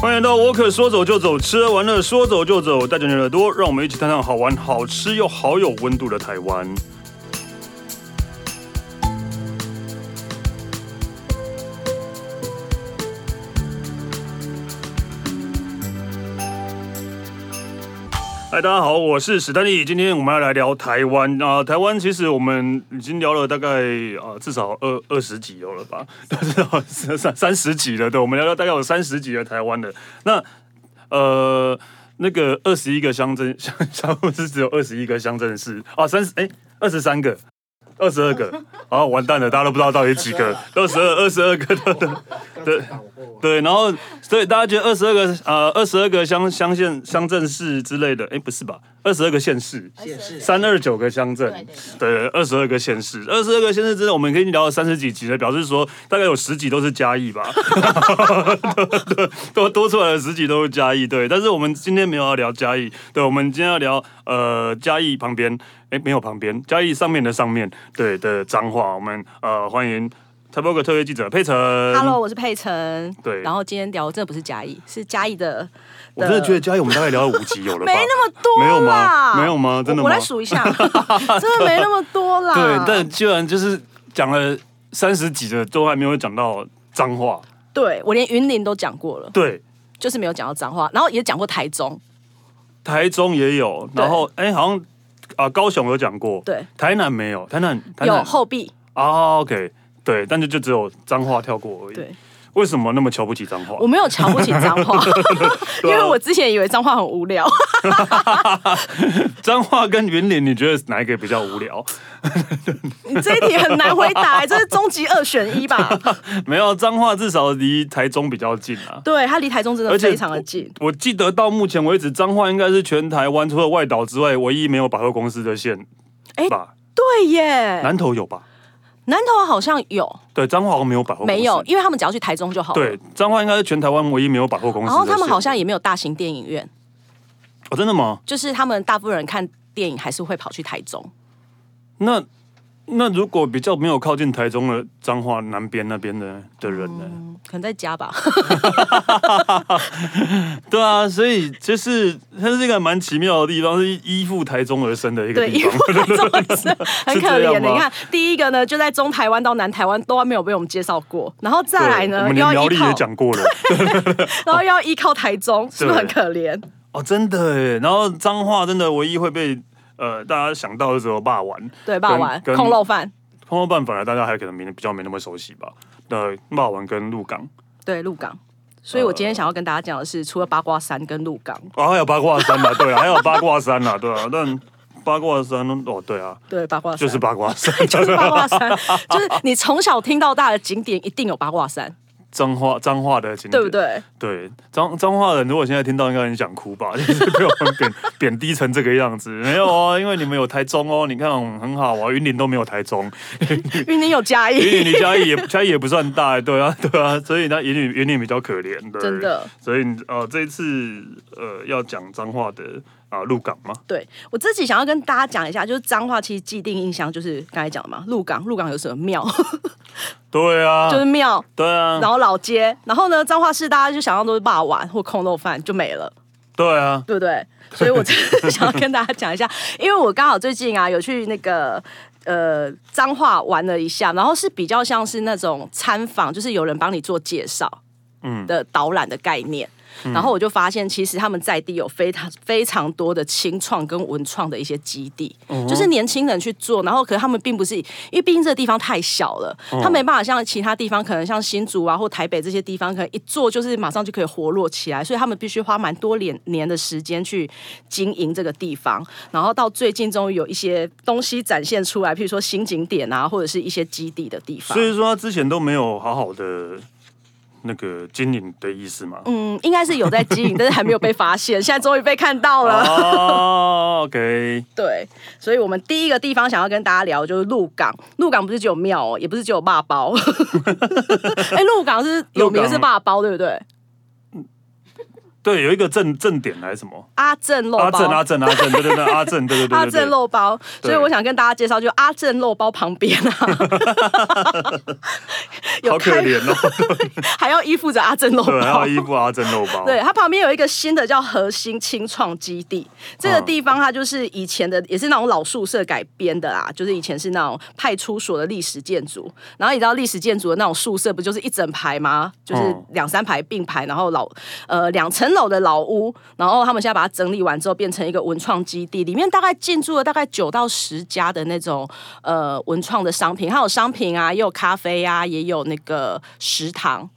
欢迎来到沃克，说走就走，吃完了说走就走，带着你的耳朵，让我们一起探探好玩、好吃又好有温度的台湾。嗨，大家好，我是史丹利。今天我们要来聊台湾啊、台湾其实我们已经聊了大概啊、至少二二十集有了吧， 至少三三三十集了。对，我们聊了大概有三十集的台湾的。那呃，那个二十一个乡镇 乡乡是只有二十一个乡镇市啊，三十哎二十三个。二十二个，啊，完蛋了，大家都不知道到底几个，二十二，二十二个的的对对，然后所以大家觉得二十二个呃二十二个乡乡县乡镇市之类的，哎，不是吧？二十二个县市，也是三二九个乡镇，对，二十二个县市，二十二个县市之内，我们已经聊了三十几集了，表示说大概有十集都是嘉义吧， 多多出来的十集都是嘉义，对。但是我们今天没有要聊嘉义，对，我们今天要聊呃嘉义旁边，哎，没有旁边，嘉义上面的上面，对的脏话，我们呃欢迎台北的特约记者佩晨 Hello，我是佩晨。对然后今天聊真的不是嘉义，是嘉义的。我真的觉得嘉义我们大概聊了五集有了吧，没那么多啦，没有吗？没有吗？真的吗？我我来数 一下，真的没那么多啦。对，但居然就是讲了三十几的，都还没有讲到脏话。对我连云林都讲过了，对，就是没有讲到脏话，然后也讲过台中，台中也有，对然后哎、好像啊、高雄有讲过，对，台南没有，台南台有南后壁，啊，OK，对，但是就只有脏话跳过而已。对，为什么那么瞧不起脏话我？没有瞧不起脏话， 因为我之前以为脏话很 无聊， 脏话跟云林，你觉得哪一个比较无聊？你这一题很难回答、这是终极二选一吧？没有，脏话至少离台中比较近啊。对，它离台中真的而且非常的近，我记得到目前为止，脏话应该是全台湾除了外岛之外，唯一没有百货公司的县哎吧？对耶，南投有吧？南投好像有对，彰化好像没有百货公司，没有？因为他们只要去台中就好了。对，彰化应该是全台湾唯一没有百货公司的然县。哦后他们好像也没有大型电影院，哦，真的吗？就是他们大部分人看电影还是会跑去台中。那那如果比较没有靠近台中的彰化南边那边的的人呢？嗯，可能在家 吧。对啊，所以就是它是一个蛮奇妙的地方，是依附台中而生的一个对，地因为方。台中也是很是可这样怜的。吗你看，第一个呢，就在中台湾到南台湾都还没有被我们介绍过，然后再来对我们呢，又连要苗依栗也靠，讲过了。然后又要依靠台中，是不是很可怜？哦，真的耶。然后彰化真的唯一会被呃大家想到的时候霸丸，对，霸王跟空肉饭，空肉饭本来大家还可能没比较没那么熟悉吧。那霸丸跟鹿港，对，鹿港。所以我今天想要跟大家讲的呃是，除了八卦山跟鹿港，哦，还有八卦山吧？对啊，还有 八卦山啊，对啊，但八卦山哦，对啊，对，八卦就山是八卦山， 就是八卦山， 就是你从小听到大的景点一定有八卦山，脏话脏话的景点，对不？对？对，脏脏话人如果现在听到，应该很想哭吧？ 就是被我们贬贬低成这个样子，没有哦，因为你们有台中哦，你看我们很好啊，云林都没有台中，云林有嘉义， 云林离嘉义也嘉义也不算大， 对啊，对啊，所以那云林云林比较可怜，对真的。所以呃，这一次呃要讲脏话的啊，鹿港嘛，对我自己想要跟大家讲一下，就是彰化其实既定印象就是刚才讲的嘛，鹿港，鹿港有什么庙， 对啊，就是庙，对啊，然后老街，然后呢，彰化市大家就想象都是霸碗或空肉饭就没了，对啊，对不对？所以我真的想要跟大家讲一下，因为我刚好最近啊有去那个。呃，彰化玩了一下，然后是比较像是那种参访，就是有人帮你做介绍，嗯的导览的概念。然后我就发现，其实他们在地有非常非常多的清创跟文创的一些基地，就是年轻人去做。然后，可是他们并不是，因为毕竟这个地方太小了，他没办法像其他地方，可能像新竹啊或台北这些地方，可能一做就是马上就可以活络起来，所以他们必须花蛮多年年的时间去经营这个地方。然后到最近终于有一些东西展现出来，譬如说新景点啊，或者是一些基地的地方所。以说他之前都没有好好的那个经营的意思嘛。嗯，应该是有在经 营，但是还没有被发现，现在终于被看到了。哦，OK，对，所以我们第一个地方想要跟大家聊就是鹿港。鹿港不是只有庙哦，也不是只有 霸包。哎、鹿港是有名的是霸包，对不对？对，有一个正正点还是什么？阿正肉包，阿正阿正阿正，对对 对，阿正对对对对对阿正肉包，对所以我想跟大家介绍，就阿正肉包旁边 啊，好有可开怜哦， 还要依附着阿正肉对，还包有。衣服阿正肉包，对，它旁边有一个新的叫核心清创基地，这个嗯地方它就是以前的，也是那种老宿舍改编的啦，就是以前是那种派出所的历史建筑。然后你知道历史建筑的那种宿舍不就是一整排吗？就是嗯两三排并排，然后老呃两层楼的老屋，然后他们现在把它整理完之后变成一个文创基地，里面大概进驻了大概九到十家的那种呃文创的商品，还有商品啊，也有咖啡啊，也有那个食堂。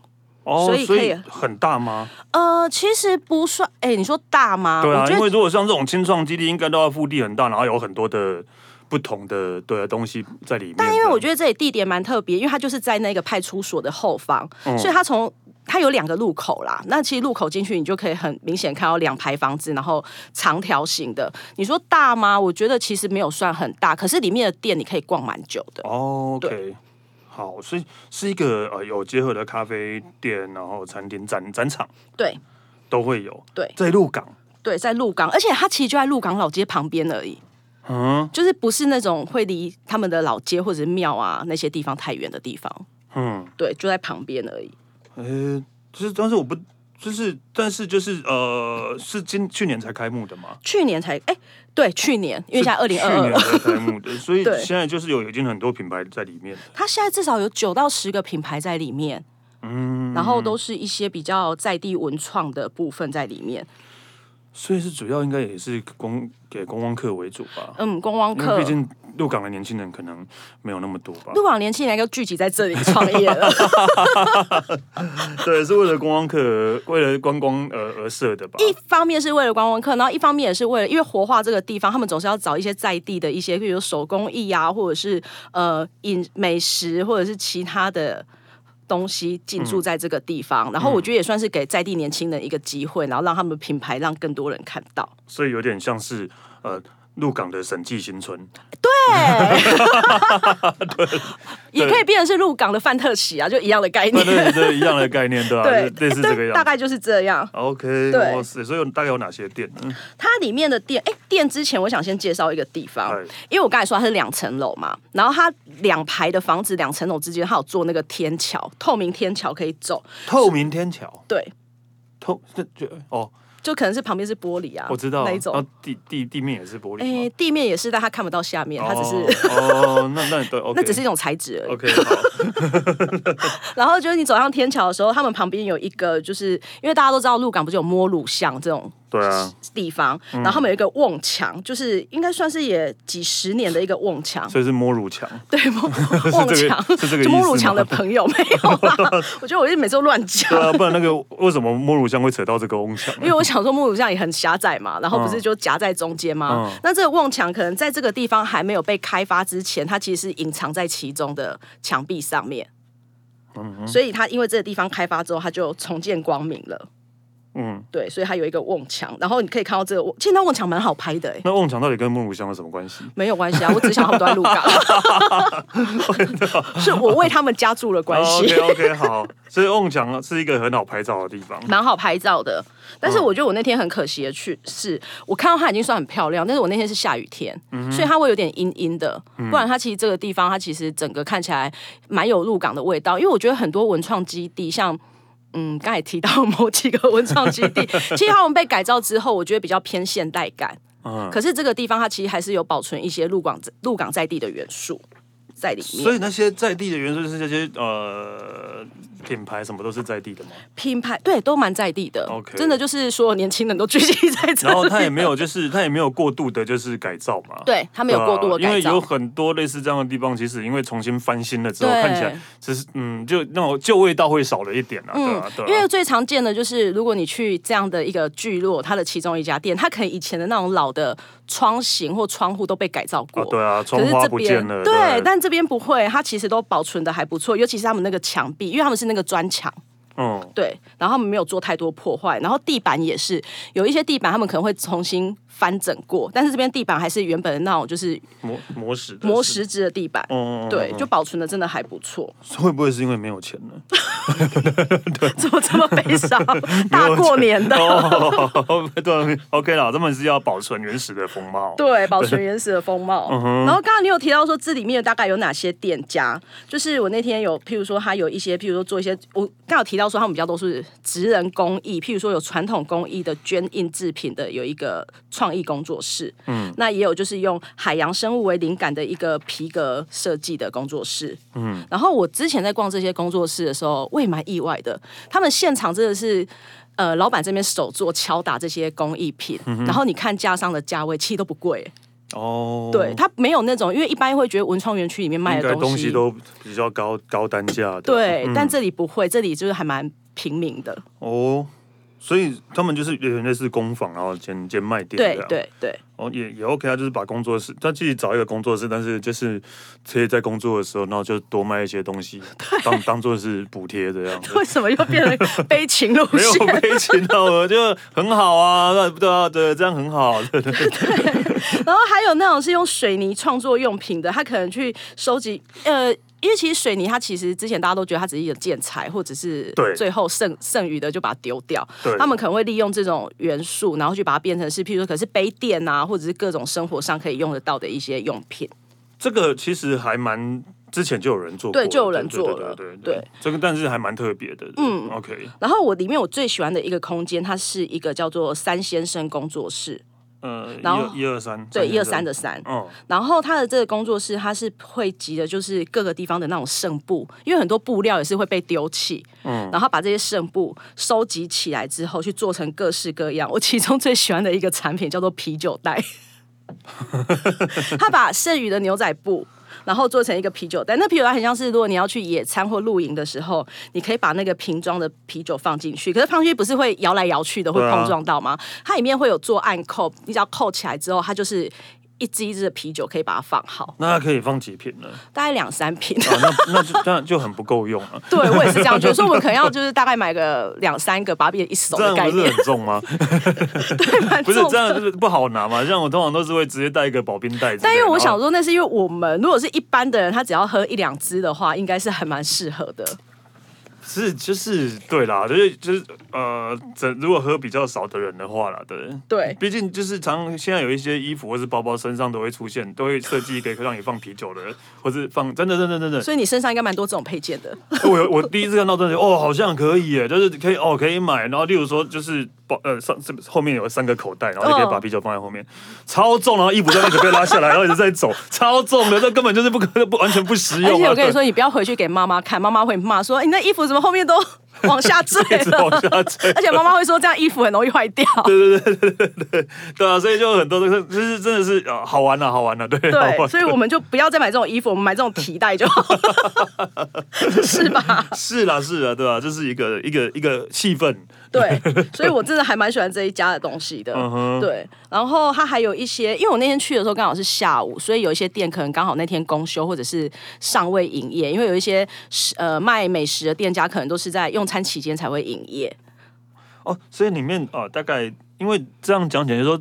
哦，所以所可以以很大吗？呃，其实不算，哎、你说大吗？对啊我，觉因得为如果像这种清创基地，应该都要腹地很大，然后有很多的不同的对啊东西在里面。但因为我觉觉得这里地点蛮特别，因为它就是在那个派出所的后方，嗯所以它从它有两个路口啦。那其实路口进去，你就可以很明显看到两排房子，然后长条形的。你说大吗？我觉得其实没有算很大，可是里面的店你可以逛蛮久的。哦，OK，好，所以是一个呃有结合的咖啡店，然后餐厅、展展场对都会有。对在鹿港，对，在鹿港，而且它其实就在鹿港老街旁边而已，嗯就是不是那种会离他们的老街或者是庙啊那些地方太远的地方。嗯，对，就在旁边而已。嗯呃，就是但是我不。就是，但是就是呃，是今去年才开幕的嘛？去年才哎、对，去年，因为现在二零哦是二去哦二年，才开幕的，所以 对现在就是有已经很多品牌在里面了。它现在至少有九到十个品牌在里面，嗯，然后都是一些比较在地文创的部分在里面。所以是主要应该也是公给观光客为主吧。嗯，观光因为客毕。竟鹿港的年轻人可能没有那么多吧。鹿港年轻人都聚集在这里创业了，对，是为了观光客，为了观光而而设的吧。一方面是为了观光客，然后一方面也是为了，因为活化这个地方，他们总是要找一些在地的一些，比如手工艺啊，或者是呃饮美食，或者是其他的东西进嗯驻在这个地方。然后我觉得也算是给在地年轻人一个机会，然后让他们品牌让更多人看到。所以有点像是呃鹿港的审计新 村。对， 也可以变成是鹿港的范特喜啊，就一样的概对念。 对对，一样的概念对吧、对，啊类似这个对样大子。概就是这样。 OK，对嗯哇塞！所以有大概有哪些店呢？它里面的店，哎，店之前我想先介绍一个地方哎，因为我刚才说它是两层楼嘛，然后它两排的房子两层楼之间，它有做那个天桥，透明天桥可以走，透明天桥，对，透这就哦，就可能是旁边是玻璃啊，我知道。那一然后种，地地地面也是玻璃哎吗。，地面也是，但它看不到下面，它只 是。哦，哦那那对，OK， 那只是一种材质而已。 OK 好，然后就是你走上天桥的时候，他们旁边有一个，就是因为大家都知道鹿港不是有摸乳巷这种对啊，地方，然后他们有一个瓮墙，就是应该算是也几十年的一个瓮墙。所以是摸乳墙。对，摸瓮墙是这个意思吗就摸乳墙的朋友没有啦。 我觉得我是每次都乱讲对。啊，不然那个为什么摸乳香会扯到这个翁墙？因为我想说，摸乳巷也很狭窄嘛，然后不嗯是就夹在中间吗？嗯那这个瓮墙可能在这个地方还没有被开发之前，它其实是隐藏在其中的墙壁上面。嗯所以它因为这个地方开发之后，它就重见光明了。嗯，对，所以它有一个瓮墙，然后你可以看到这个瓮，其实那瓮墙蛮好拍的、欸，那瓮墙到底跟木乳香有什么关系？没有关系啊，我只想他们都 在鹿港，哦 是我为他们加注了关系。 OK OK，好，哦所以瓮墙是一个很好拍照的地方。蛮好拍照的，但是嗯我觉得我那天很可惜的去，是我看到它已经算很漂亮，但是我那天是下雨天，嗯所以它会有点阴阴的，不然它其实这个地方它其实整个看起来蛮有鹿港的味道，因为我觉得很多文创基地像。嗯，刚才也提到某几个文创基 地，其实他们被改造之后，我觉得比较偏现代感，嗯，可是这个地方它其实还是有保存一些鹿港鹿港在地的元素在里所面。以那些在地的元素就是这些呃品牌什么都是在地的嘛。品牌对都蛮在地的 OK 真的就是所有年轻人都聚集在这然里。后它也没有就是它也没有过度的就是改造嘛。。对他们有过度的对啊因改为有造，很多类似这样的地方，其实因为重新翻新了之后，对看起来只是嗯，就那种旧味道会少了一点啊，对啊，嗯因对为啊，最常见的就是，如果你去这样的一个聚落，它的其中一家店，它可能以前的那种老的窗型或窗户都被改造过。啊对啊，窗可是花这不边见了，对，对但这边不会，它其实都保存的还不错，尤其是他们那个墙壁，因为他们是那个砖墙，嗯，对，然后他们没有做太多破坏，然后地板也是有一些地板他们可能会重新翻整过，但是这边地板还是原本的那种就是磨磨石的磨是，石质的地板，嗯，嗯嗯对，嗯就保存的真的还不错。 会不会是因为没有钱呢？怎么这么 悲伤？大过年的。哦， 对，OK 啦，他们是要保存原始的风貌。对，嗯保存原始的风貌。然后刚刚你有提到说，这里面大概有哪些店家？就是我那天有，譬如说，他有一些，譬如说做一些，我刚有提到说，他们比较都是职人工艺，譬如说有传统工艺的捐印制品的有一个创意工作室，嗯，那也有就是用海洋生物为灵感的一个皮革设计的工作室，嗯。然后我之前在逛这些工作室的时候，我也蛮意外的，他们现场真的是。呃，老板这边手做敲打这些工艺品，然后你看架上的价位，其实都不贵、嗯哦，对，，它没有那种，因为一般会觉得文创园区里面卖应该的东西西都嗯比较高高单价的。对、但这里不会，这里就是还蛮平民的。哦，所以他们就是有点类似工坊，然后兼兼卖店对这样。对对 哦，也也 OK 啊，就是把工作室，他自己找一个工作室，但是就是可以在工作的时候，然后就多卖一些东 西，当当做是补贴这样子。为什么又 变成悲情路没有线？悲情啊，我就很好啊，那对啊， 对，这样很好，对对然后还有那种是用水泥创作用品的，他可能去收集呃。因为其实水泥，它其实之前大家都觉得它只是一个建材，或者是对最后剩剩余的就把它丢掉。对他们可能会利用这种元素，然后去把它变成是，譬如说可是杯垫啊，或者是各种生活上可以用得到的一些用品。这个其实还蛮之前就有人做过了，对就有人做了对对对对这个但是还蛮特别的，嗯，OK，然后我里面我最喜欢的一个空间，它是一个叫做三先生工作室，呃，然后一二三，对，一二三，的三。嗯，然后它的这个工作室，它是汇集的，就是各个地方的那种剩布，因为很多布料也是会被丢弃，嗯，然后把这些剩布收集起来之后，去做成各式各样。我其中最喜欢的一个产品叫做啤酒 袋，他把剩余的牛仔布。然后做成一个啤酒袋，那啤酒袋很像是，如果你要去野餐或露营的时候，你可以把那个瓶装的啤酒放进去。可是放进去不是会摇来摇去的，会对啊碰撞到吗？它里面会有做暗扣，你只要扣起来之后，它就是一支一支的啤酒可以把它放好，那可以放几瓶呢？ 啊，大概两三瓶。那那就这样就很不够用啊了， 对我也是这样觉得，所以我们可能要就是大概买个两三个，把它变成一手这的样概不是念，很重 吗？对，蛮不是重这样的。就是不好拿嘛，像我通常都是会直接带一个保冰袋子，啊但因为我想然后。说，那是因为我们如果是一般的人，他只要喝一两支的话，应该是还蛮适合的。是，就是对啦，就是就是呃，整如果喝比较少的人的话啦，对，对毕竟就是常现在有一些衣服或是包包身上都会出现，都会设计一个让你放啤酒的，或是放真的真的真的，所以你身上应该蛮多这种配件的。我有我第一次看到真的哦，好像可以耶，就是可以哦可以买，然后例如说就是包呃上这后面有三个口袋，然后哦就可以把啤酒放在后面，超重，然后衣服在一直被拉下来，然后一直在走，超重的，这根本就是不可不完全不实用、而啊。且我跟你对说，你不要回去给妈妈看，妈妈会骂说：“哎你那衣服怎么后 面都往下坠一直了往下坠？”而且妈妈会说：“这样衣服很容易坏 掉。对啊，所以就很多都是，就是真的是呃好玩啊，好玩啊，对，” 好对，玩所以我们就不要再买这种衣服，我们买这种提袋就好， 是吧？是啦是啦，对吧、啊？这是一个一个一个气氛，对，所以我真的还蛮喜欢这一家的东西的。嗯对，然后它还有一些，因为我那天去的时候刚好是下午，所以有一些店可能刚好那天公休或者是尚未营业，因为有一些食呃卖美食的店家可能都是在用餐期间才会营业。哦，所以里面啊、呃大概因为这样讲起来，就说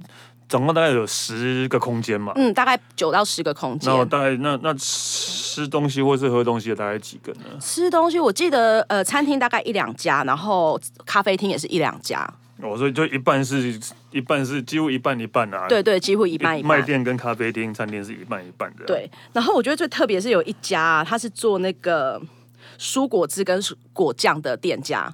总共大概有十个空间嘛。嗯，大概九到十个空间那。我大概那那吃东西或是喝东西的大概几个呢？吃东西，我记得呃，餐厅大概一两家，然后咖啡厅也是一两家，哦，所以就一半是一半是几乎一半一半啊。对对，几乎一半一卖半。店跟咖啡厅、餐厅是一半一半的。，对，然后我觉得最特别是有一家、啊，它是做那个蔬果汁跟蔬果酱的店家，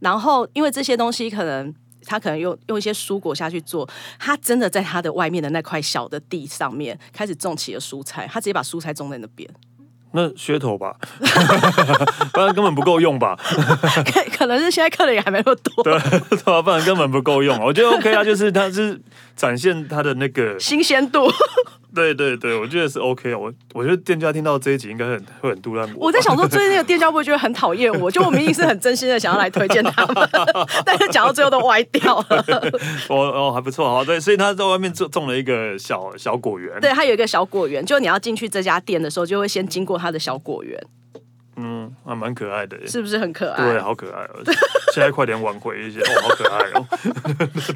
然后因为这些东西可能。他可能用用一些蔬果下去做，他真的在他的外面的那块小的地上面开始种起了蔬菜，他直接把蔬菜种在那 边，那噱头吧， 不然根本不够用吧？可可能是现在客人也还没那么多，对吧？不然根本不够用。我觉得 OK 啊，就是它是展现它的那个新鲜度。对对对，我觉得是 OK 啊。我我觉得店家听到这一集应该很会很杜烂我在想说，最近那个店家会不会觉得很讨厌我？就我明明是很真心的想要来推荐他们， 但是讲到最后都歪掉了。我哦还不错，好对，所以他在外面种种了一个小小果园。对，它有一个小果园，就你要进去这家店的时候，就会先经过它的小果园。嗯，还蛮可爱的耶。是不是很可爱？对，好可爱哦！现在快点挽回一些，哦，好可爱哦！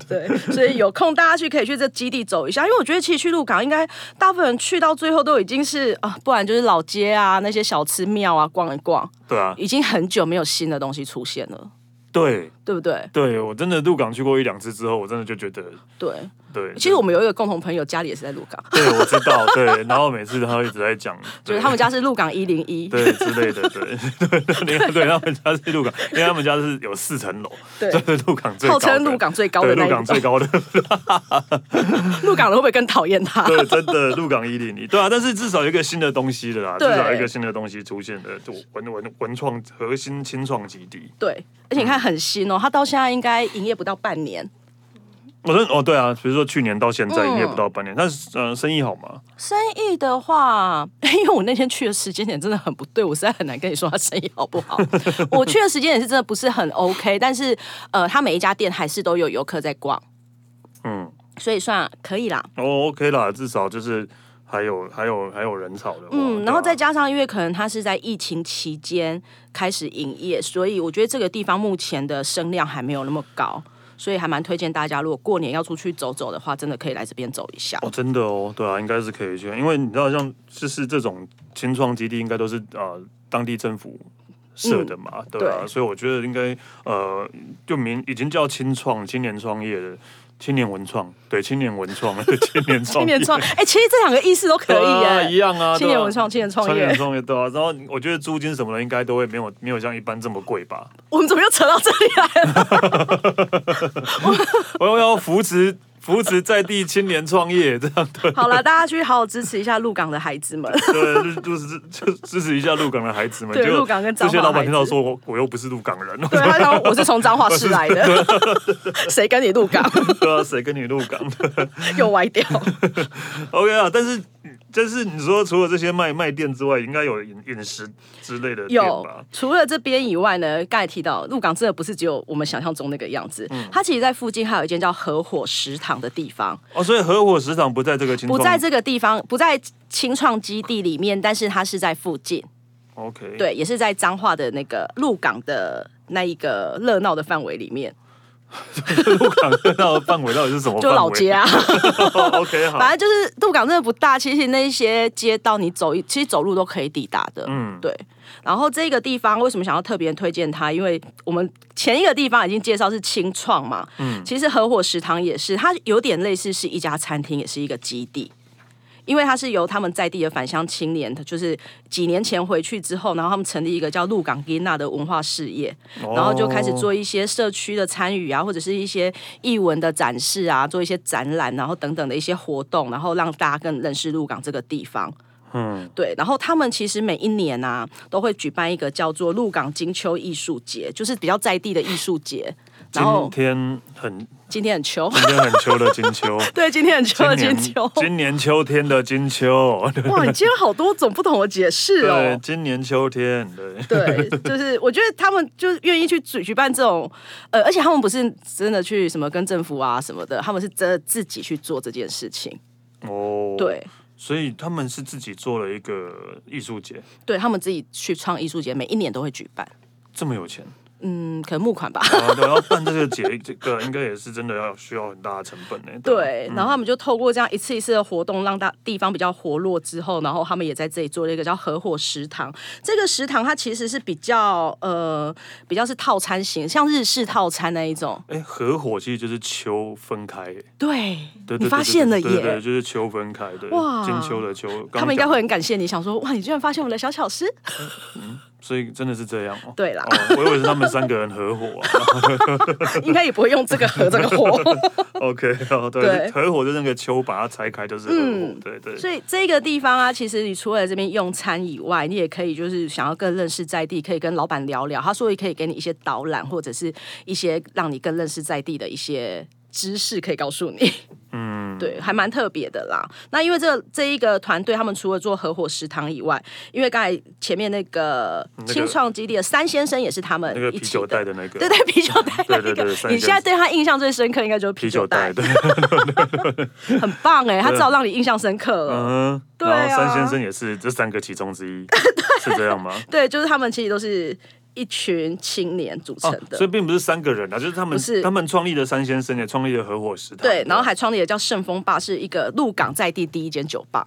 对，所以有空大家去可以去这基地走一下，因为我觉得其实去鹿港应该大部分人去到最后都已经是啊，不然就是老街啊那些小吃庙啊逛一逛，对啊，已经很久没有新的东西出现了，对对不对？对，我真的入港去过一两次之后，我真的就觉得，对，对，其实我们有一个共同朋友，家里也是在鹿港，对我知道，对，然后每次他一直在讲，就对是他们家是鹿港一零一，对之类的，对对对，对对，他们家是鹿港，因为他们家是有四层楼，对就是鹿港最高号的，称鹿港最高对的那鹿港一最种，高的，鹿港人会不会更讨厌他？对，真的鹿港一零一，对啊，但是至少有一个新的东西了啦，至对少有一个新的东西出现了，就文文文创核心清创基地，对，而且你看很新哦，他到现在应该营业不到半年，我说哦，对啊，比如说去年到现在嗯营业不到半年，但是呃，生意好吗？生意的话， 因为我那天去的时间点真的很不对，我实在很难跟你说他生意好不 好。我去的时间点是真的不是很 OK，但是呃，他每一家店还是都有游客在逛，嗯，所以算可以啦。哦，OK 啦，至少就是还有还有还有人潮的话，嗯，然后对再啊加上，因为可能他是在疫情期间开始营业，所以我觉得这个地方目前的声量还没有那么高，所以还蛮推荐大家，如果过年要出去走走的话，真的可以来这边走一下。哦，真的哦，对啊，应该是可以去，因为你知道像就是这种青创基地，应该都是呃当地政府。设的嘛，对啊，嗯对所以我觉得应该呃，就名已经叫青创青年创业了，青年文创，对，青年文创， 青年创 青业，年创，哎、其实这两个意思都可以 对耶、啊一样啊，青年对啊文创青年创业青年创业对啊，然后我觉得租金什么的应该都会没有没有像一般这么贵吧， 我们怎么又扯到这里来了？我要要扶持 扶持在地青年创业，这样对好了，大家去好好支持一下鹿港的孩子们。对，就就是就支持一下鹿港的孩子们。对结果鹿港跟这彰化些老板孩子听到说我我又不是鹿港人， 对他想说我是从彰化市来的， 谁跟你鹿港对啊，谁跟你鹿港的又歪掉？ ？OK 啊，但是就是你说除了这些卖卖店之外，应该有饮饮食之类的店有吧？，除了这边以外呢，刚才提到鹿港真的不是只有我们想象中那个样子，它其实在附近还有一间叫合伙食堂的地方，哦，所以合伙食堂不在这个情不况，在这个地方，不在青创基地里面，但是它是在附近， OK 对，也是在彰化的那个鹿港的那一个热闹的范围里面，鹿港 那范围到底是什么？就老街。啊。 OK 好，反正就是鹿港真的不大，其实那些街道你走一，其实走路都可以抵达的。嗯对。然后这个地方为什么想要特别推荐它？因为我们前一个地方已经介绍是清创嘛，嗯，其实合伙食堂也是，它有点类似是一家餐厅，也是一个基地。因为它是由他们在地的返乡青年，就是几年前回去之后，然后他们成立一个叫鹿港吉娜的文化事业，然后就开哦始做一些社区的参与啊，或者是一些艺文的展示啊，做一些展览，然后等等的一些活动，然后让大家更认识鹿港这个地方。嗯，对，然后他们其实每一年啊，都会举办一个叫做鹿港金秋艺术节，就是比较在地的艺术节。然后今天很今天很秋， 今天很秋的金秋，对，今天很秋的今金年秋。今年秋天的金 秋，哇，你今天好多种不同的解释对哦，。今年秋天， 对。对，就是我觉得他们就是愿意去举举办这种，呃，而且他们不是真的去什么跟政府啊什么的，他们是真的自己去做这件事情。哦，对，所以他们是自己做了一个艺术节，对他们自己去创艺术节，每一年都会举办，这么有钱，嗯，可能募款吧。啊，对，要办这个节， 这个应该也是真的要需要很大的成本呢。吧，对，然后他们就透过这样一次一次的活动，让大地方比较活络之后，然后他们也在这里做了一个叫合伙食堂。这个食堂它其实是比较呃比较是套餐型，像日式套餐那一种。哎，合伙其实就是秋分开，对对，对，你对发现了对对，对耶。就是秋分开，对，哇金秋的秋，刚他们应该讲会，很感谢你，想说哇，你居然发现我的小巧思。所以真的是这样哦。对啦哦，我以为是他们三个人合伙 啊。应该也不会用这个和这 个火。 OK，哦， 对，对合伙就是那个秋把它拆开就是合伙嗯，对对。所以这个地方啊，其实你除了这边用餐以外，你也可以就是想要更认识在地，可以跟老板聊聊，他说也可以给你一些导览，或者是一些让你更认识在地的一些知识，可以告诉你。嗯，对，还蛮特别的啦。那因为这这一个团队，他们除了做合伙食堂以外，因为刚才前面那个个青创基地的三先生也是他们那个一啤起酒的袋。的那个，对对，啤酒袋那对对个对三先，生你现在对他印象最深刻应该就是啤啤酒酒袋，袋，对，很棒哎，他至少让你印象深刻了。 啊嗯， 对然后三啊先生也是这三个其中 之一，是这样吗？对， 就是他们其实都是一群青年组成啊，的，所以并不是三个人啊，就是他们不是他们创立的三先生也创立了合伙食堂，对，然后还创立了叫盛丰吧，是一个鹿港在地第一间酒吧。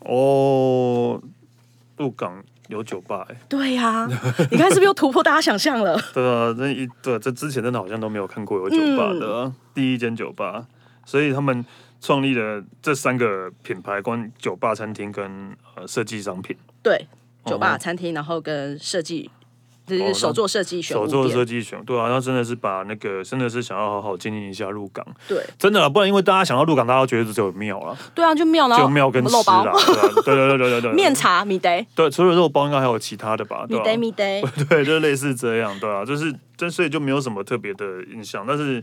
哦，鹿港有酒吧、欸，对呀、 你看是不是又突破大家想象了？ 对啊，那一对这之前真的好像都没有看过有酒吧的嗯啊、第一间酒吧，所以他们创立了这三个品牌，关酒吧、餐厅跟呃设计商品，对，酒哦吧、餐厅，然后跟设计，就哦那是手作设计、选手物作设店。计选，对啊，那真的是把那个真的是想要好好经营一下鹿港，对真的啦，不然因为大家想到鹿港，大家都觉得只有庙了，对啊，就庙，然只后有庙跟吃肉啦，对、、包啊、对对对对对对， 面茶、米得、对，啊除了肉包，应该还有其他的吧？对米吧、得、米得。 对，就类似这样，对啊，就是，但所以就没有什么特别的印象，但是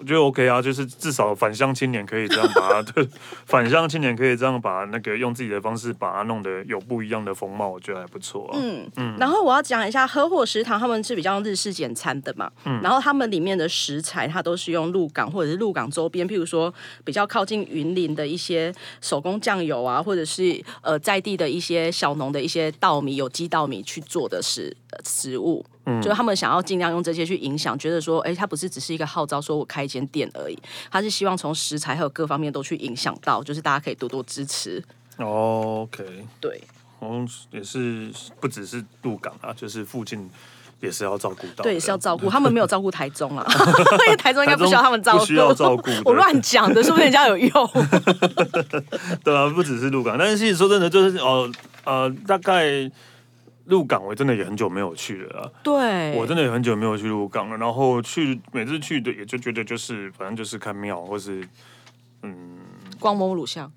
我觉得 OK 啊，就是至少返乡青年可以这样把它， 对，返乡青年可以这样把那个用自己的方式把它弄得有不一样的风貌，我觉得还不错啊。嗯，然后我要讲一下合伙食堂，他们是比较日式简餐的嘛，然后他们里面的食材，它都是用鹿港或者是鹿港周边，譬如说比较靠近云林的一些手工酱油啊，或者是呃在地的一些小农的一些稻米、有机稻米去做的食呃食物。就是他们想要尽量用这些去影响，觉得说，哎、它不是只是一个号召，说我开一间店而已，他是希望从食材还有各方面都去影响到，就是大家可以多多支持。哦，OK，对，好像也是不只是鹿港啊，就是附近也是要照顾到的，对，也是要照顾。他们没有照顾台 中啦，因为台中应该不需要他们照顾。台中不需要照顾 我乱讲的，说不定人家 有用。对啊，不只是鹿港，但是其实说真的，就是哦呃，大概鹿港我真的也很久没有去了啊。对，我真的也很久没有去鹿港了，然后去每次去的也就觉得就是反正就是看庙，或是光蒙乳像。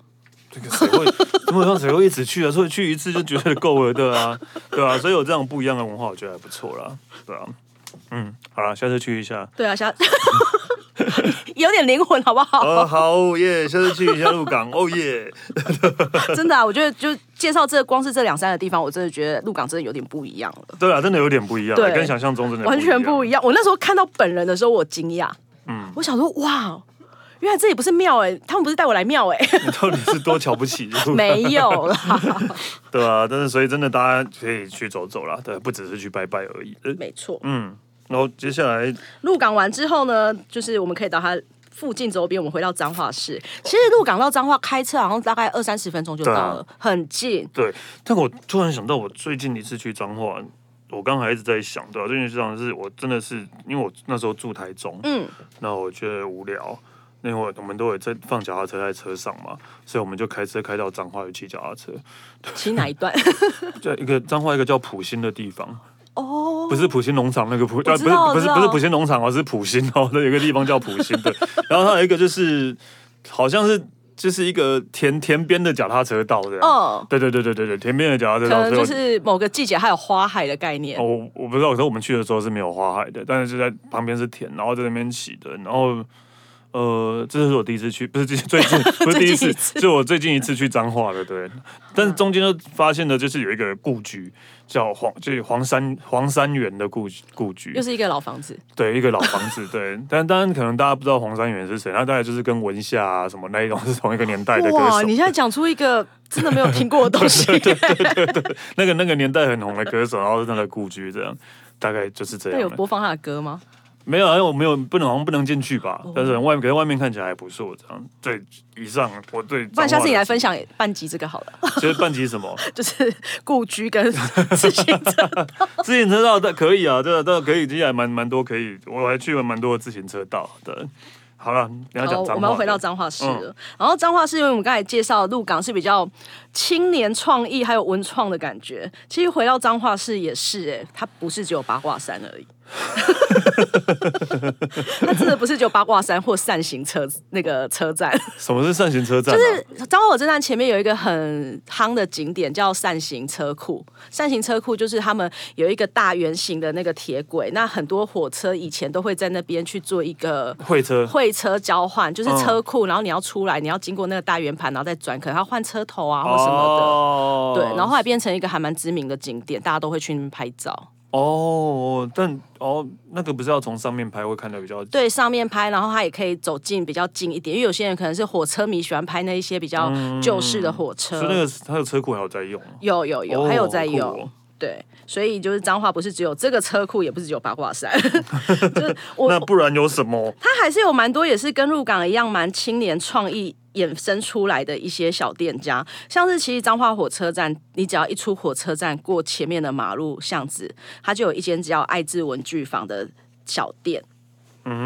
这个谁 会，基本上谁会一直去啊？所以去一次就觉得够了，对啊，对啊，所以有这样不一样的文化，我觉得还不错啦，对啊，嗯，好啦，下次去一 下。对啊，下有点灵魂好不好？呃，好耶，下次去一下鹿港，哦耶，真的啊，我觉得就介绍这光是这两三个地方，我真的觉得鹿港真的有点不一样了，对啊，真的有点不一样，对跟想象中真的完全不一一样。我那时候看到本人的时候，我惊讶，嗯，我想说哇。原来这里不是庙哎、他们不是带我来庙哎、样， 你到底是多瞧不起鹿港？ 没有啦，嗯对啊，但是所以真的大家可以去走走啦，对，不只是去拜拜而已。呃没错。嗯，然后接下来鹿港完之后呢，就是我们可以到它附近周边，我们回到彰化市。其实鹿港到彰化开车好像大概二三十分钟就到了，嗯很近。对，但我突然想到，我最近一次去彰化，我刚才一直在想，对吧、啊最近去彰化是我真的是因为我那时候住台中，嗯，那我觉得无聊，那会儿我们都有在放脚踏车在车上嘛，所以我们就开车开到彰化去骑脚踏车，骑哪一段？在一个彰化一个叫普兴的地方。哦，不是普兴农场那个普，呃，知不是道我不是知道不是普兴农场哦，是普兴哦， 那有个地方叫普兴对。然后还有一个就是，好像是就是一个田田边的脚踏车道这样。哦对对对对对 对，田边的脚踏车可道。所能以 就我是某个季节还有花海的概念。哦，我我不知道，可是我们去的时候是没有花海的，但是就在旁边是田，然后在那边骑的，然后呃，这是我第一次去，不是最最近不是第一 最近次一，次嗯是我最近一次去彰化的，对。但是中间就发现了，就是有一个故居叫黄，就是黄山黄山园的故居故居又，是一个老房子，对，一个老房子，对。但当然可能大家不知道黄山园是谁，那大概就是跟文夏啊什么那一种 是同一个年代的歌哇！手你。现在讲出一个真的没有听过的 东西， 啊那个那个年代很红的歌手，然后是他的故居这样，大概就是这那有样了。播放他的歌吗？没有，因为哎我没有不能，好像不能进去吧。哦但是外面，可是外面看起来还不错，这样。对，以上我对。不然下次你来分，享半集这个好了， 就是办起什么就是故居跟 自行车。自行车道，但可以啊，对啊，对啊，可以，其实还蛮蛮多可以，我还去了蛮多自行车道的。好了，你要好，讲我脏话。嗯们要回到彰化市了。然后彰化市，因为我们刚才介绍的鹿港是比较青年创意还有文创的感觉，其实回到彰化市也是、欸，哎，它不是只有八卦山而已， 它真的不是就八卦山或扇形车那个车站，什么是扇形车站、啊？就是彰化火车站前面有一个很夯的景点叫扇形车库。扇形车库就是他们有一个大圆形的那个铁轨，那很多火车以前都会在那边去做一个会车会车交换，嗯就是车库，然后你要出来，你要经过那个大圆盘，然后再转，可能要换车头啊或什么的。哦对，然后后来变成一个还蛮知名的景点，大家都会去那边拍照。哦，但哦，那个不是要从上面拍会看得比较对，上面拍，然后它也可以走近比较近一点，因为有些人可能是火车迷，喜欢拍那一些比较旧式的火车。嗯所以那个它的车库还有在用啊，有有有，哦还有在好酷有。哦对，所以就是彰化不是只有这个车库，也不是只有八卦山， 就是我哦那不然有什么？它还是有蛮多也是跟鹿港一样蛮青年创意衍生出来的一些小店家，像是其实彰化火车站，你只要一出火车站过前面的马路巷子，它就有一间叫爱智文具坊的小店。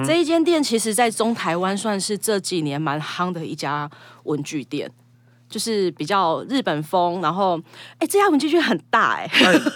这一间店其实，在中台湾算是这几年蛮夯的一家文具店，就是比较日本风。然后，哎、这家文具店很大哎、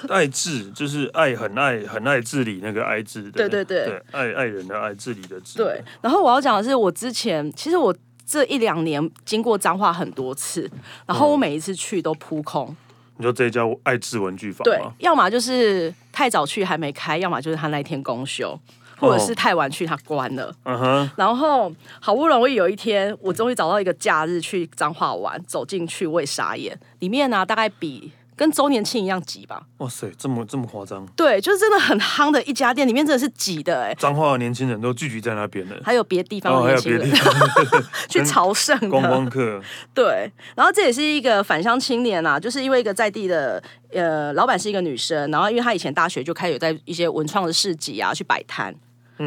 爱 爱治就是爱很爱很爱治理那个爱治的，对对对对爱爱人的爱治理的治，对，，然后我要讲的是，我之前其实我这一两年经过彰化很多次，然后我每一次去都扑空。嗯你说这一家爱治文具坊对吗？，要么就是太早去还没开，要么就是他那一天公休。或者是太晚去，他关了。嗯哼，然后好不容易有一天，我终于找到一个假日去彰化玩，走进去我也傻眼，里面呢、啊大概比跟周年庆一样挤吧。哇塞，这么这么夸张，对，就是真的很夯的一家店，里面真的是挤的哎、彰化的年轻人都聚集在那边了，还有别的地然方后的哦还年有别轻的人、地方 去朝圣的，观光客，对，然后这也是一个返乡青年啊，就是因为一个在地的呃老板是一个女生，然后因为她以前大学就开始有在一些文创的市集啊去摆摊，嗯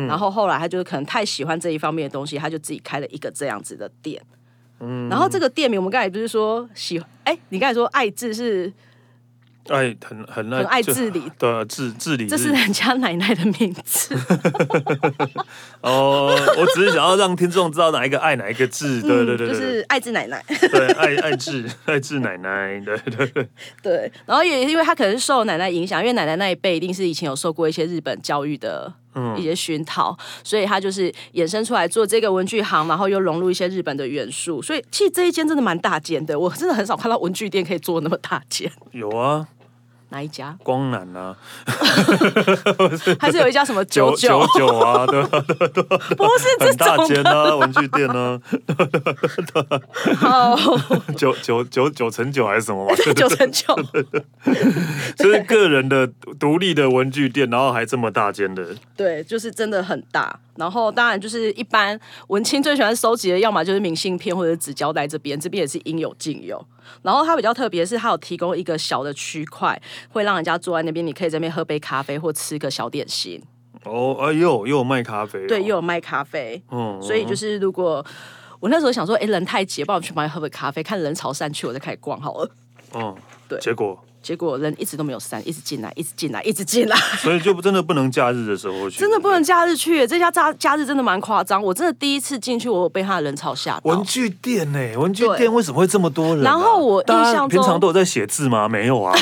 然后后来她就是可能太喜欢这一方面的东西，她就自己开了一个这样子的店。嗯然后这个店名我们刚才不是说喜哎，你刚才说爱智是爱很很爱很爱就治理， 对治治理这是日人家奶奶的名字，哦，我只是想要让听众知道哪一个爱哪一个 治， 对对对嗯对就是爱智奶奶。对，对爱爱治爱治奶奶，对对对，对，然后也因为他可能是受奶奶影响，因为奶奶那一辈一定是以前有受过一些日本教育的一些熏陶，所以他就是衍生出来做这个文具行，然后又融入一些日本的元素，所以其实这一间真的蛮大间的，我真的很少看到文具店可以做那么大间。有啊，哪一家？光南啊，还是有一家什么九九九九？九啊，对吧？不是 这很大种间啊，文具店啊，哦， 九九九九乘九还是什么嘛？九乘九。就是个人的独立的文具店，然后还这么大间的，对，就是真的很大。然后当然就是一般文青最喜欢收集的，要么就是明信片或者纸胶带这边，这边也是应有尽有。然后它比较特别是，它有提供一个小的区块，会让人家坐在那边，你可以在那边喝杯咖啡或吃个小点心。哦，哎呦，又有卖咖啡哦、对，又有卖咖啡，嗯，所以就是如果。我那时候想说，哎、人太挤，帮我去旁边喝杯咖啡，看人潮散去，我再开始逛好了。嗯，对结果，结果人一直都没有散，一直进来，一直进来，一直进来。所以就真的不能假日的时候去， 真的不能假日去耶，这家假假日真的蛮夸张。我真的第一次进去，我有被他的人潮吓到文。具店呢、文具对店为什么会这么多人啊、然后我印大家象中平常都有在写字吗？没有 啊，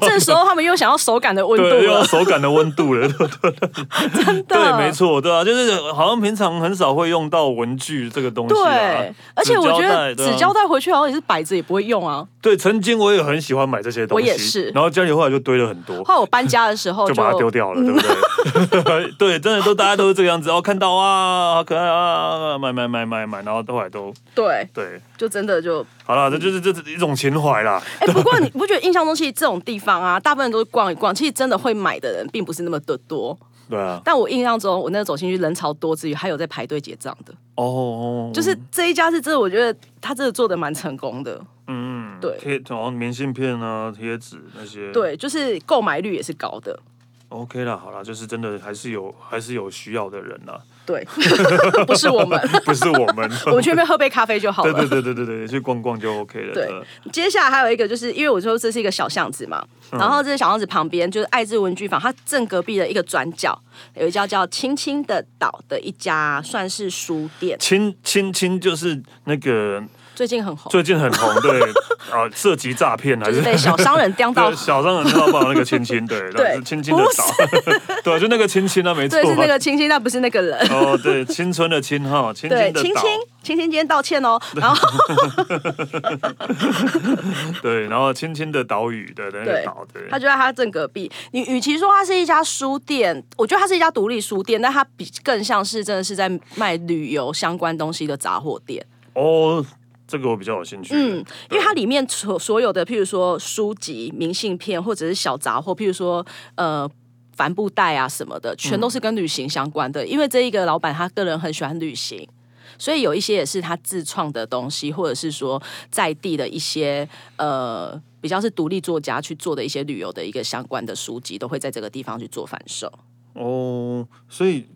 这时候他们又想要手感的温度对，又要了，手感的温度了，对啊真的。对，没错，对啊，就是好像平常很少会用到文具这个东西、啊，对，而且我觉得对啊纸胶带回去好像也是摆着也不会用啊。对，曾经我也很喜欢买这些东西，我也是然后家里后来就堆了很多，后来我搬家的时候就把它丢掉了，对不对？对，真的都大家都是这个样子，然后看到啊，好可爱啊，买买买买买，然后后来都对，对，就真的就好了，这就是这是一种情怀啦。哎、不过你不觉得印象中其实这种地方啊，大部分人都是逛一逛，其实真的会买的人并不是那么的多。对啊，但我印象中，我那时候走进去人潮多之余，还有在排队结账的，哦哦，哦就是这一家是真的，我觉得他真的做的蛮成功的。嗯，对贴然后明信片啊、贴纸那些，对，就是购买率也是高的。 ，OK 啦，好啦，就是真的还是有还是有需要的人啦，对， 不是我们， 不是我们，我们去那边喝杯咖啡就好对了。对对对对对，去逛逛就 OK 了。对呃接下来还有一个，就是因为我说这是一个小巷子嘛，嗯然后这个小巷子旁边就是爱智文具坊，它正隔壁的一个转角有一家叫“青青的岛”的一家算是书店。亲亲亲就是那个最近很红，最近很红，对啊，涉及诈骗还就是是被小 商人刁到对，小商人知道吧？那个亲 亲，对，然后是亲亲的岛， 对，就那个亲亲啊，没错对，是吧那个亲亲，但不是那个人。哦，对，青春的青哈，青青对，的亲亲岛，，亲亲今天道歉哦。然后对，然后青青的岛屿的那个岛，对，他就在他正隔壁。你与其说它是一家书店，我觉得它是一家独立书店，但它比更像是真的是在卖旅游相关东西的杂货店。哦，这个我比较有兴趣，嗯，因为它里面所所有的，譬如说书籍、明信片，或者是小杂货，譬如说呃。帆布袋啊什么的，全都是跟旅行相关的。因为这一个老板他个人很喜欢旅行，所以有一些也是他自创的东西，或者是说在地的一些呃比较是独立作家去做的一些旅游的一个相关的书籍，都会在这个地方去做贩售。哦，所以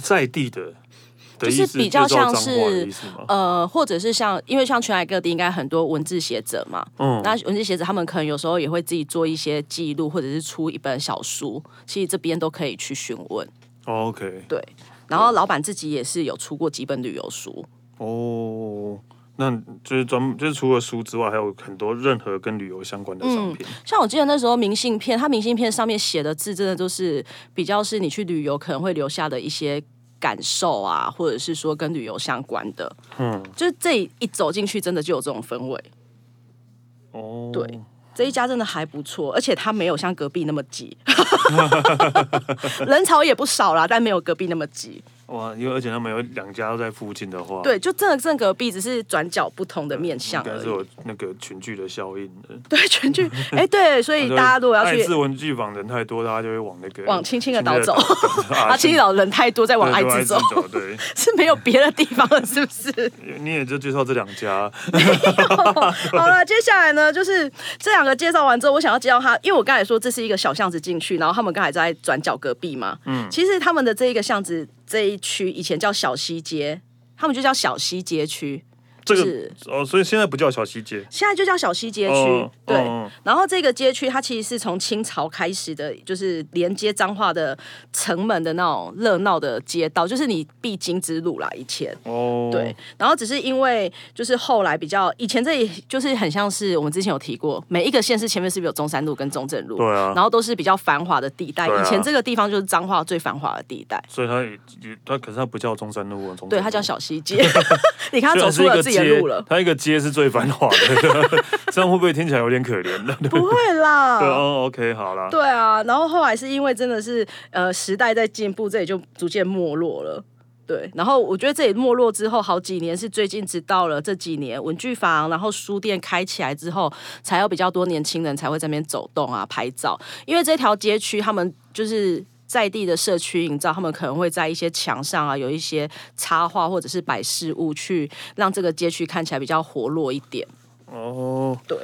在地的的就是意思比较就是要像脏话的是意思吗？呃，或者是像，因为像全台各地应该很多文字写者嘛，嗯那文字写者他们可能有时候也会自己做一些记录，或者是出一本小书，其实这边都可以去询问。哦，OK，对，然后老板自己也是有出过几本旅游书，哦。那就是专门就是除了书之外，还有很多任何跟旅游相关的商品。像我记得那时候明信片，它明信片上面写的字，真的都是比较是你去旅游可能会留下的一些感受啊，或者是说跟旅游相关的。嗯，就是这一走进去，真的就有这种氛围。哦，嗯对，这一家真的还不错，而且它没有像隔壁那么挤， 人潮也不少啦，但没有隔壁那么挤。哦哇，因为而且他们有两家都在附近的话，，对，就真的正隔壁只是转角不同的面向嗯应该而是已。有那个群聚的效应的。对，全剧哎、对，所以大家如果 要爱去啊自文具坊人太多，大家就会往那个往青青的岛走 啊，啊青青岛岛人太多，再往爱对就滋走爱，滋走。对， 是没有别的地方了，是不是？你也就介绍这两家， 好了，接下来呢，就是这两个介绍完之后，我想要介绍它，因为我刚才说这是一个小巷子进去，然后他们刚才在转角隔壁嘛，嗯，其实他们的这一个巷子这一区以前叫小西街，他们就叫小西街区，这个是哦，所以现在不叫小西街，现在就叫小西街区，哦对。哦然后这个街区它其实是从清朝开始的，就是连接彰化的城门的那种热闹的街道，就是你必经之路啦，以前。哦，对，，然后只是因为就是后来比较以前这里就是很像是我们之前有提过，每一个县市前面是不是有中山路跟中正路？对啊然后都是比较繁华的地带。对啊以前这个地方就是彰化最繁华的地带，所以它也也它可是它不叫中山路啊，中对，它叫小西 街。你看它它走出了自己的路了，它一个街是最繁华的， 这样会不会听起来有点可怜 的？ 对不会啦。哦，OK，好啦。对啊，然后后来是因为真的是呃时代在进步，这里就逐渐没落了。对，然后我觉得这里没落之后，好几年是最近直到了这几年文具房，然后书店开起来之后，才有比较多年轻人才会在那边走动啊、拍照，因为这条街区他们就是。在地的社区营造，他们可能会在一些墙上啊，有一些插画或者是摆饰物，去让这个街区看起来比较活络一点。哦，对，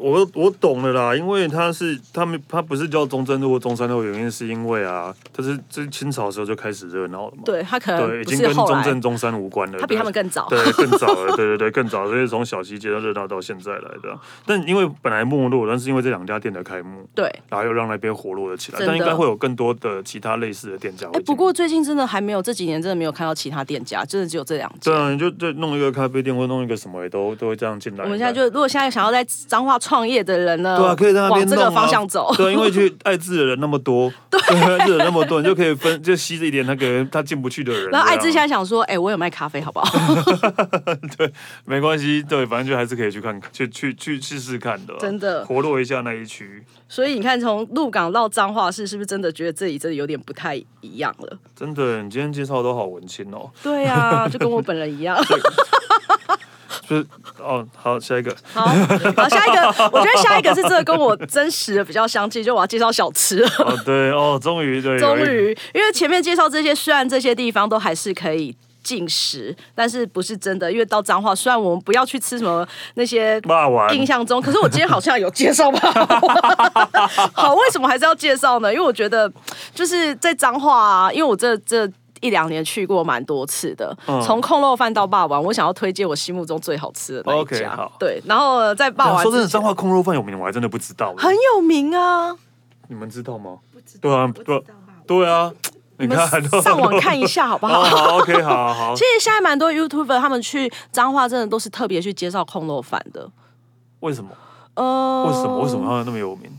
我我懂了啦，因为它是他们它不是叫中正路或中山路，原因是因为啊，它是这清朝的时候就开始热闹了嘛。对他可对，能已不经是跟后中来， 正、中山无关了。他比他们更早。对，更早了，对对对，更早，所以从小西街到热闹到现在来的。但因为本来没落，但是因为这两家店的开幕，对，然后又让那边活络了起来。真的但应该会有更多的其他类似的店家会哎、进。不过最近真的还没有，这几年真的没有看到其他店家，真的只有这两对家。啊，你就就弄一个咖啡店或弄一个什么也都都会这样进来。我们现在就如果现在想要在彰化创业的人呢，对啊，可以在那边哦往这弄、啊、个方向走。 对啊，因为去爱滋的人那么 多，对，爱滋的人那么多，你就可以分就吸着一点那个他进不去的人。然后艾之这现样在想说，哎、我有卖咖啡，好不好？ 没关系，对，反正就还是可以去看，去去去试试看的啊、真的活络一下那一区，所以你看，从鹿港到彰化市，是不是真的觉得这里真的有点不太一样了？真的，你今天介绍都好文青哦，对啊，就跟我本人一样。就是哦，好，下一 个，好，好，下一个，我觉得下一个是这个跟我真实的比较相近，就我要介绍小吃了。哦，对，哦，终于对，终有一于，因为前面介绍这些，虽然这些地方都还是可以进食，但是不是真的？因为到彰化，虽然我们不要去吃什么那些。 骂完，印象中，可是我今天好像有介绍吧？好，为什么还是要介绍呢？因为我觉得就是在彰化啊，因为我这这一两年去过蛮多次的，嗯从控肉饭到霸王，我想要推荐我心目中最好吃的那一 OK，家。好对，然后呃在霸对啊王说真的，彰化空肉饭有名，我还真的不知道，很有名啊，你们知道吗？对啊，对啊，对啊，你你们 看，上网看一下好不好好？哦好，OK，好好。 其实现在蛮多 YouTuber 他们去彰化，真的都是特别去介绍控肉饭的。为什么？呃，为什么？为什么他那么有名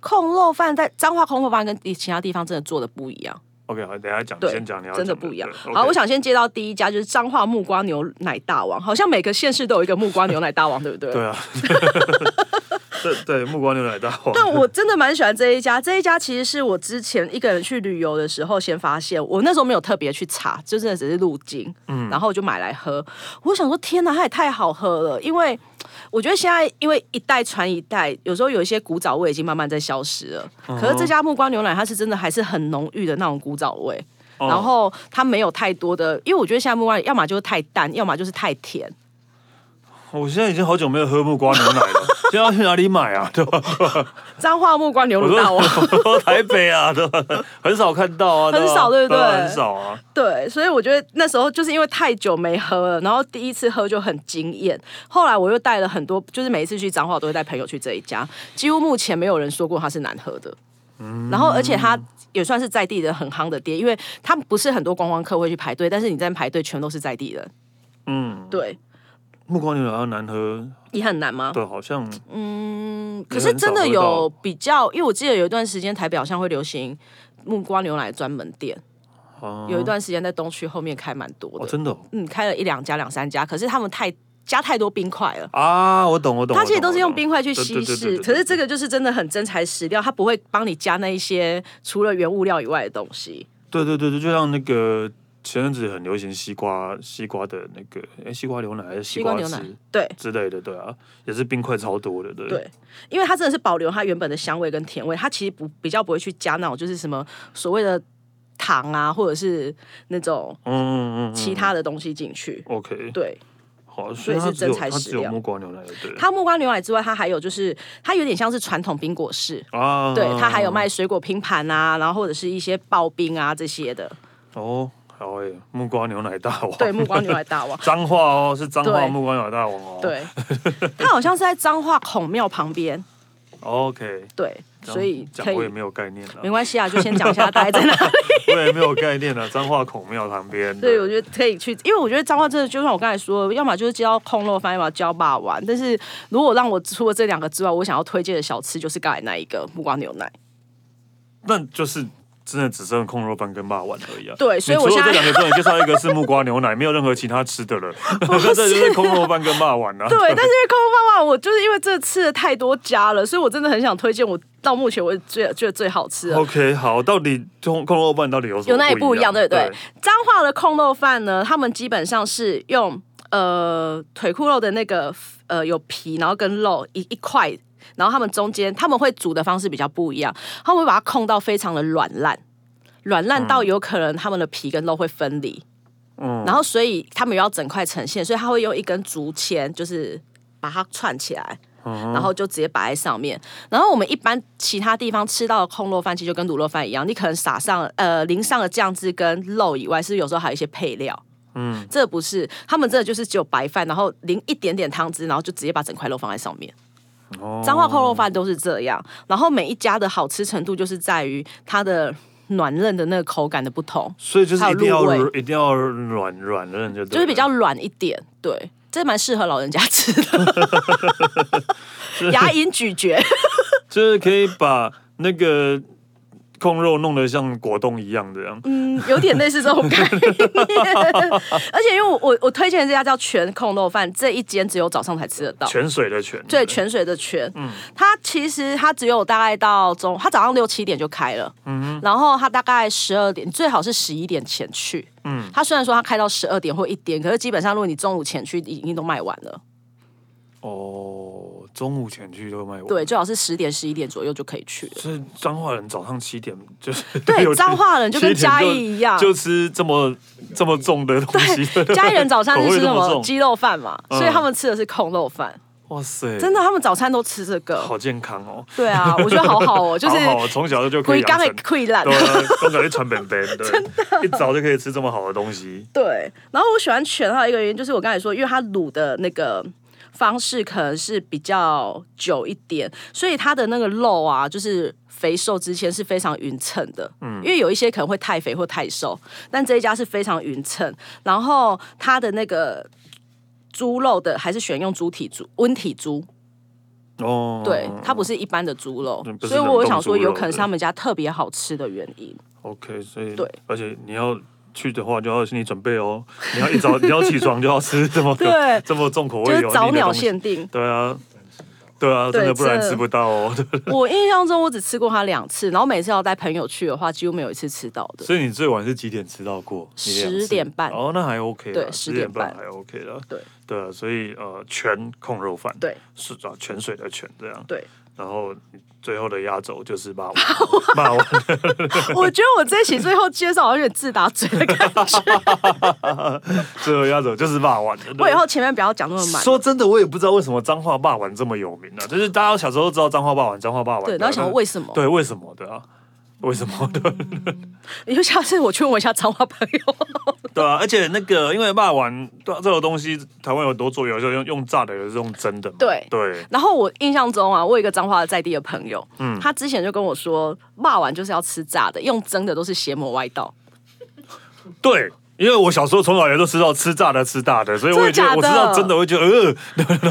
控肉饭在彰化控肉饭跟其他地方真的做的不一样？ ？OK，好，等一下讲，对先讲你要，真的不一样。对好， OK 我想先介绍第一家，就是彰化木瓜牛奶大王，好像每个县市都有一个木瓜牛奶大王，对不对？对 啊， 对对，木瓜牛奶大王。但我真的蛮喜欢这一家，这一家其实是我之前一个人去旅游的时候先发现，我那时候没有特别去查，就真的只是路经，嗯，然后我就买来喝。我想说，天哪，它也太好喝了，因为我觉得现在因为一代传一代，有时候有一些古早味已经慢慢在消失了，嗯可是这家木瓜牛奶它是真的还是很浓郁的那种古早味。哦然后它没有太多的，因为我觉得现在木瓜要么就是太淡，要么就是太甜。我现在已经好久没有喝木瓜牛奶了，现在要去哪里买啊？对吧？彰化木瓜牛我乳大说王，我说台北啊，对吧？很少看到啊，吧 很少对不对啊很少啊。对，所以我觉得那时候就是因为太久没喝了，然后第一次喝就很惊艳。后来我又带了很多，就是每一次去彰化我都会带朋友去这一家，几乎目前没有人说过它是难喝的。嗯然后而且它也算是在地人很夯的店，因为它不是很多观光客会去排队，但是你在排队全都是在地人。嗯，对，木瓜牛奶要难喝，也很难吗？对，好像可是真的也很少喝有比较，因为我记得有一段时间台北好像会流行木瓜牛奶专门店，啊，有一段时间在东区后面开蛮多的。哦，真的哦嗯，开了一两家、两三家，可是他们太加太多冰块了。啊，我懂，我懂。它其实我懂都是用我懂冰块去稀释，可是这个就是真的很真材实料，它不会帮你加那一些除了原物料以外的东西。对对对对，就像那个前阵子很流行西瓜西瓜的那个，哎，西瓜牛奶还是西西瓜瓜牛奶汁对之类的，对啊，也是冰块超多的，对。对，因为它真的是保留它原本的香味跟甜味，它其实不比较不会去加那种就是什么所谓的糖啊，或者是那种嗯嗯嗯嗯其他的东西进去。 ，OK，对，好，所所以以它是只有真材它实只有料木瓜牛奶，对。它木瓜牛奶之外，它还有就是它有点像是传统冰果室，啊，对，它还有卖水果拼盘啊，然后或者是一些刨冰啊这些的。哦，好诶，木瓜牛奶大王，。对，木瓜牛奶大王 脏话哦，是脏话对木瓜牛奶大王哦，对， 他好像是在彰化孔庙旁边， ，OK，对，这样所以讲可我也以没有概念了没，关系啊，就先讲一下大概在哪 里。我也没有概念了，脏话孔庙旁边，对，我觉得可以去，因为我觉得彰化真的就像我刚才说的，要么就是教空肉饭，要么教霸丸。但是如果让我除了这两个之外，我想要推荐的小吃就是刚才那一个木瓜牛奶。那就是真的只剩控肉饭跟霸碗而已啊。对所以你我除了这现在两个之外，你介绍一个是木瓜牛奶，没有任何其他吃的 了， 这就是控肉饭跟霸碗啊。 对，但是因为空肉饭哇，我就是因为这吃的太多家了，所以我真的很想推荐我到目前为止最觉得最好吃的。 OK，好，到底控控肉饭到底有什么有那也不一样，对不对对？彰化的控肉饭呢，他们基本上是用呃腿裤肉的那个呃有皮，然后跟肉一一块，然后他们中间他们会煮的方式比较不一样，他们会把它控到非常的软烂。软烂到有可能他们的皮跟肉会分离，嗯然后所以他们又要整块呈现，所以他会用一根竹签，就是把它串起来，然后就直接摆在上面。然后我们一般其他地方吃到的空肉饭，其实就跟卤肉饭一样，你可能撒上呃淋上了酱汁跟肉以外，是不是有时候还有一些配料。嗯，这不是他们真的就是只有白饭，然后淋一点点汤汁，然后就直接把整块肉放在上面。哦彰化扣肉饭都是这样，然后每一家的好吃程度就是在于它的软嫩的那个口感的不同，所以就是一定要还有入一定要软软嫩就对了，就是比较软一点，对，这蛮适合老人家 吃的，牙龈咀嚼。就是可以把那个控肉弄得像果冻一样这样。嗯，有点类似这种概念。 而且因为我我我推荐的这家叫全控肉饭，这一间只有早上才吃得到。泉水的嗯泉，对泉水的泉，它其实它只有大概到中，它早上六七点就开了，嗯然后它大概十二点，最好是十一点前去，嗯，它虽然说它开到十二点或一点，可是基本上如果你中午前去，已经都卖完了，嗯哦，中午前去就卖完。对，最好是十点十一点左右就可 以去了。所以彰化人早上七点就是 对，有彰化人就跟七点嘉义一样，就吃这么这么重的东西。嘉义人早餐口是味吃这什么么重鸡肉饭嘛，嗯所以他们吃的是控肉饭。 哇塞，真的，他们早餐都吃这个。好健康哦，对啊，我觉得好 好哦，就是好好从小就可以龟养缸也成。溃烂对。啊，刚才就传本 本，对，一早就可以吃这么好的东西。对，然后我喜欢犬还有一个原因就是我刚才说，因为它卤的那个方式可能是比较久一点，所以它的那个肉啊，就是肥瘦之间是非常匀称的。嗯，因为有一些可能会太肥或太瘦，但这一家是非常匀称。然后它的那个猪肉的还是选用猪体猪温体猪，哦，对，它不是一般的猪肉嗯，不是所以我想说冷冻猪肉有可能是他们家特别好吃的原因。 OK，所以对，而且你要去的话，就要有心理准备哦。你要一早， 你要起床就要吃这么对这么重口味就油是腻的早鸟东西，限定对啊，对啊，真的对不然这吃不到哦。 对 我印象中我只吃过它两次，然后每次要带朋友去的话，几乎没有一次吃到的。所以你最晚是几点吃到过？你两次十点半，哦，那还 OK 啦对10 10点半点半还 OK 了。对对啊，所以呃，全控肉饭，对是啊，全水的全这样。 对，然后最后的压轴就是 霸王，霸王，我觉得我这一期最后介绍好像有点自打嘴的感觉，最后压轴就是霸王。我以后前面不要讲那么 满。说真的，我也不知道为什么彰化霸王这么有名啊，就是大家小时候知道彰化霸王，彰化霸王，嗯对，然后想说为什么？对，为什么对啊？为什么对你就下次我去问我一下彰化朋友。 对啊？而 且那个，因为霸王对啊这个东西，台湾有多做，有时候用用炸的，有时候用蒸的嘛。对对，然后我印象中啊，我有一个彰化在地的朋友，他之前就跟我说，骂完就是要吃炸的，用蒸的都是邪魔歪道。对，因为我小时候从小也都吃到吃炸的、吃大的，所以我也觉得真我的吃假的到真的，我就觉得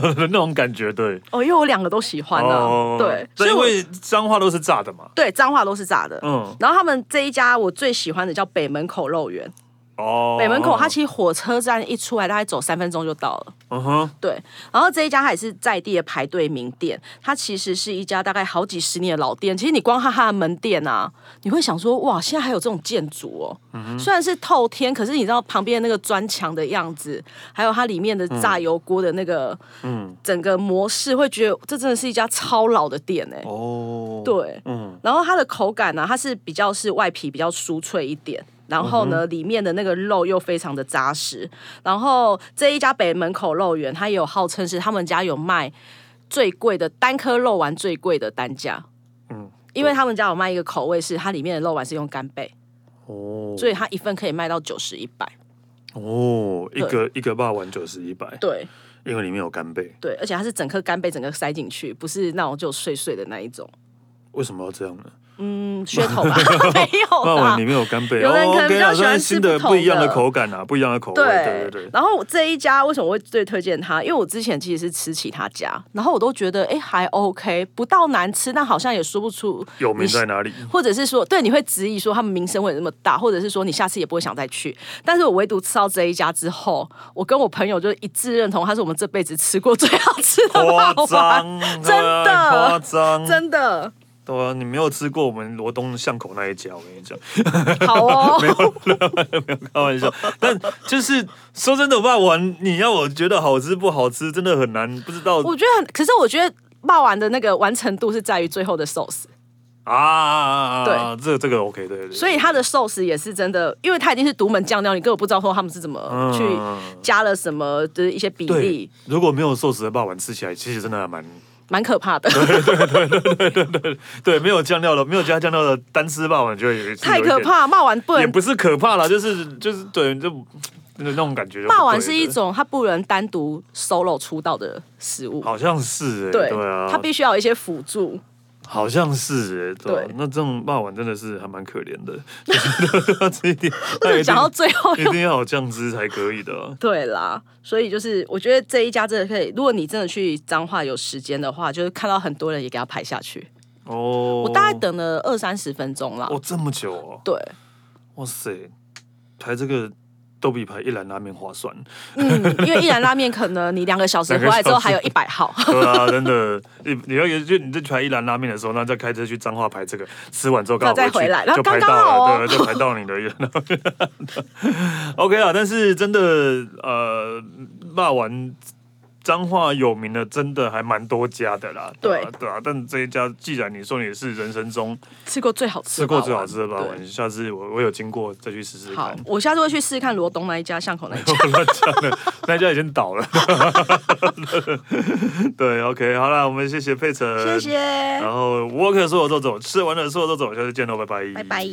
呃 那种感觉，对。哦，因为我两个都喜欢啊，对，所以因我为脏话都是炸的嘛。对彰化都是炸的。嗯，然后他们这一家我最喜欢的叫北门口肉圆，哦，北门口它其实火车站一出来，大概走三分钟就到了。嗯哼，对，然后这一家还是在地的排队名店，它其实是一家大概好几十年的老店。其实你光看它的门店啊，你会想说，哇，现在还有这种建筑哦。嗯虽然是透天，可是你知道旁边那个砖墙的样子，还有它里面的炸油锅的那个，嗯，整个模式，会觉得这真的是一家超老的店哎、哦，对，嗯然后它的口感呢、它是比较是外皮比较酥脆一点，然后呢，里面的那个肉又非常的扎实。然后这一家北门口肉圆，它也有号称是他们家有卖最贵的单颗肉丸最贵的单价，嗯，因为他们家有卖一个口味是它里面的肉丸是用干贝，哦，所以它一份可以卖到九十一百。哦，一个一个霸王就是一百，对因为里面有干贝，对，而且它是整颗干贝整个塞进去，不是那种就碎碎的那一种。为什么要这样呢？嗯，噱头 吧，没有霸啦王里。面有干贝，有人哦可能比 OK 较啦喜欢算是吃新的不不一样的同的口感啊，不一样的口味，对对对，然后我这一家为什么会最推荐它？因为我之前其实是吃其他家，然后我都觉得哎还 OK，不到难吃，但好像也说不出有名你在哪里？或者是说，对，你会质疑说他们名声会有那么大，或者是说你下次也不会想再去。但是我唯独吃到这一家之后，我跟我朋友就一致认同，它是我们这辈子吃过最好吃的夸霸张王，，对真啊的夸张，真的对啊，你没有吃过我们罗东巷口那一家，我跟你讲，好哦。开玩笑。但就是说真的，霸王你要我觉得好吃不好吃，真的很难，不知道我觉得很，可是我觉得霸王的那个完成度是在于最后的寿司。啊。，这这个 OK，对对。所以它的寿司也是真的，因为它已经是独门酱料，你根本不知道说他们是怎么去加了什么，就是一些比嗯对例，，如果没有寿司的霸王吃起来其实真的还蛮蛮可怕的， 对，没有酱料的，没有加酱料的单吃霸王就会有太可，怕。骂完不也能，不是可怕啦，就是就是对，就那种感觉。骂完是一。种它不能单独 solo 出道的食物，好像是哎、对，对啊，它必须要有一些辅 助。 好像是哎、对啊对那这种霸王真的是还蛮可怜的，就是 这一点，他一讲到定最后一又定要 有酱汁才可以的啊、对啦，所以就是我觉得这一家真的可以，如果你真的去彰化有时间的话，就是看到很多人也给它排下去。哦，我大概等了二三十分钟啦。哦这么久哦，对，哇塞，排这个都比排一兰拉面划算，嗯，因为一兰拉面可能你两个小时回来之后还有一百号，对啊，真的，你你要就你在排一兰拉面的时候，那再开车去彰化排这个，吃完之后刚好再去回来然后就排刚到刚好了，哦对，就排到你的人。OK 啊，但是真的呃，骂完。彰化有名的真的还蛮多家的啦，对啊对啊，但这一家既然你说你是人生中吃过最好吃吃的霸过王，最好吃的吧，对下次我我有经过再去试试好看。，我下次会去试试看罗东那一家、巷口那一家。乱讲的，那家已经倒了。 对，OK，好 了，我们谢谢佩晨，谢谢。然后 Walker 说走就走，吃完了说走就走，下次见喽，拜拜，拜拜。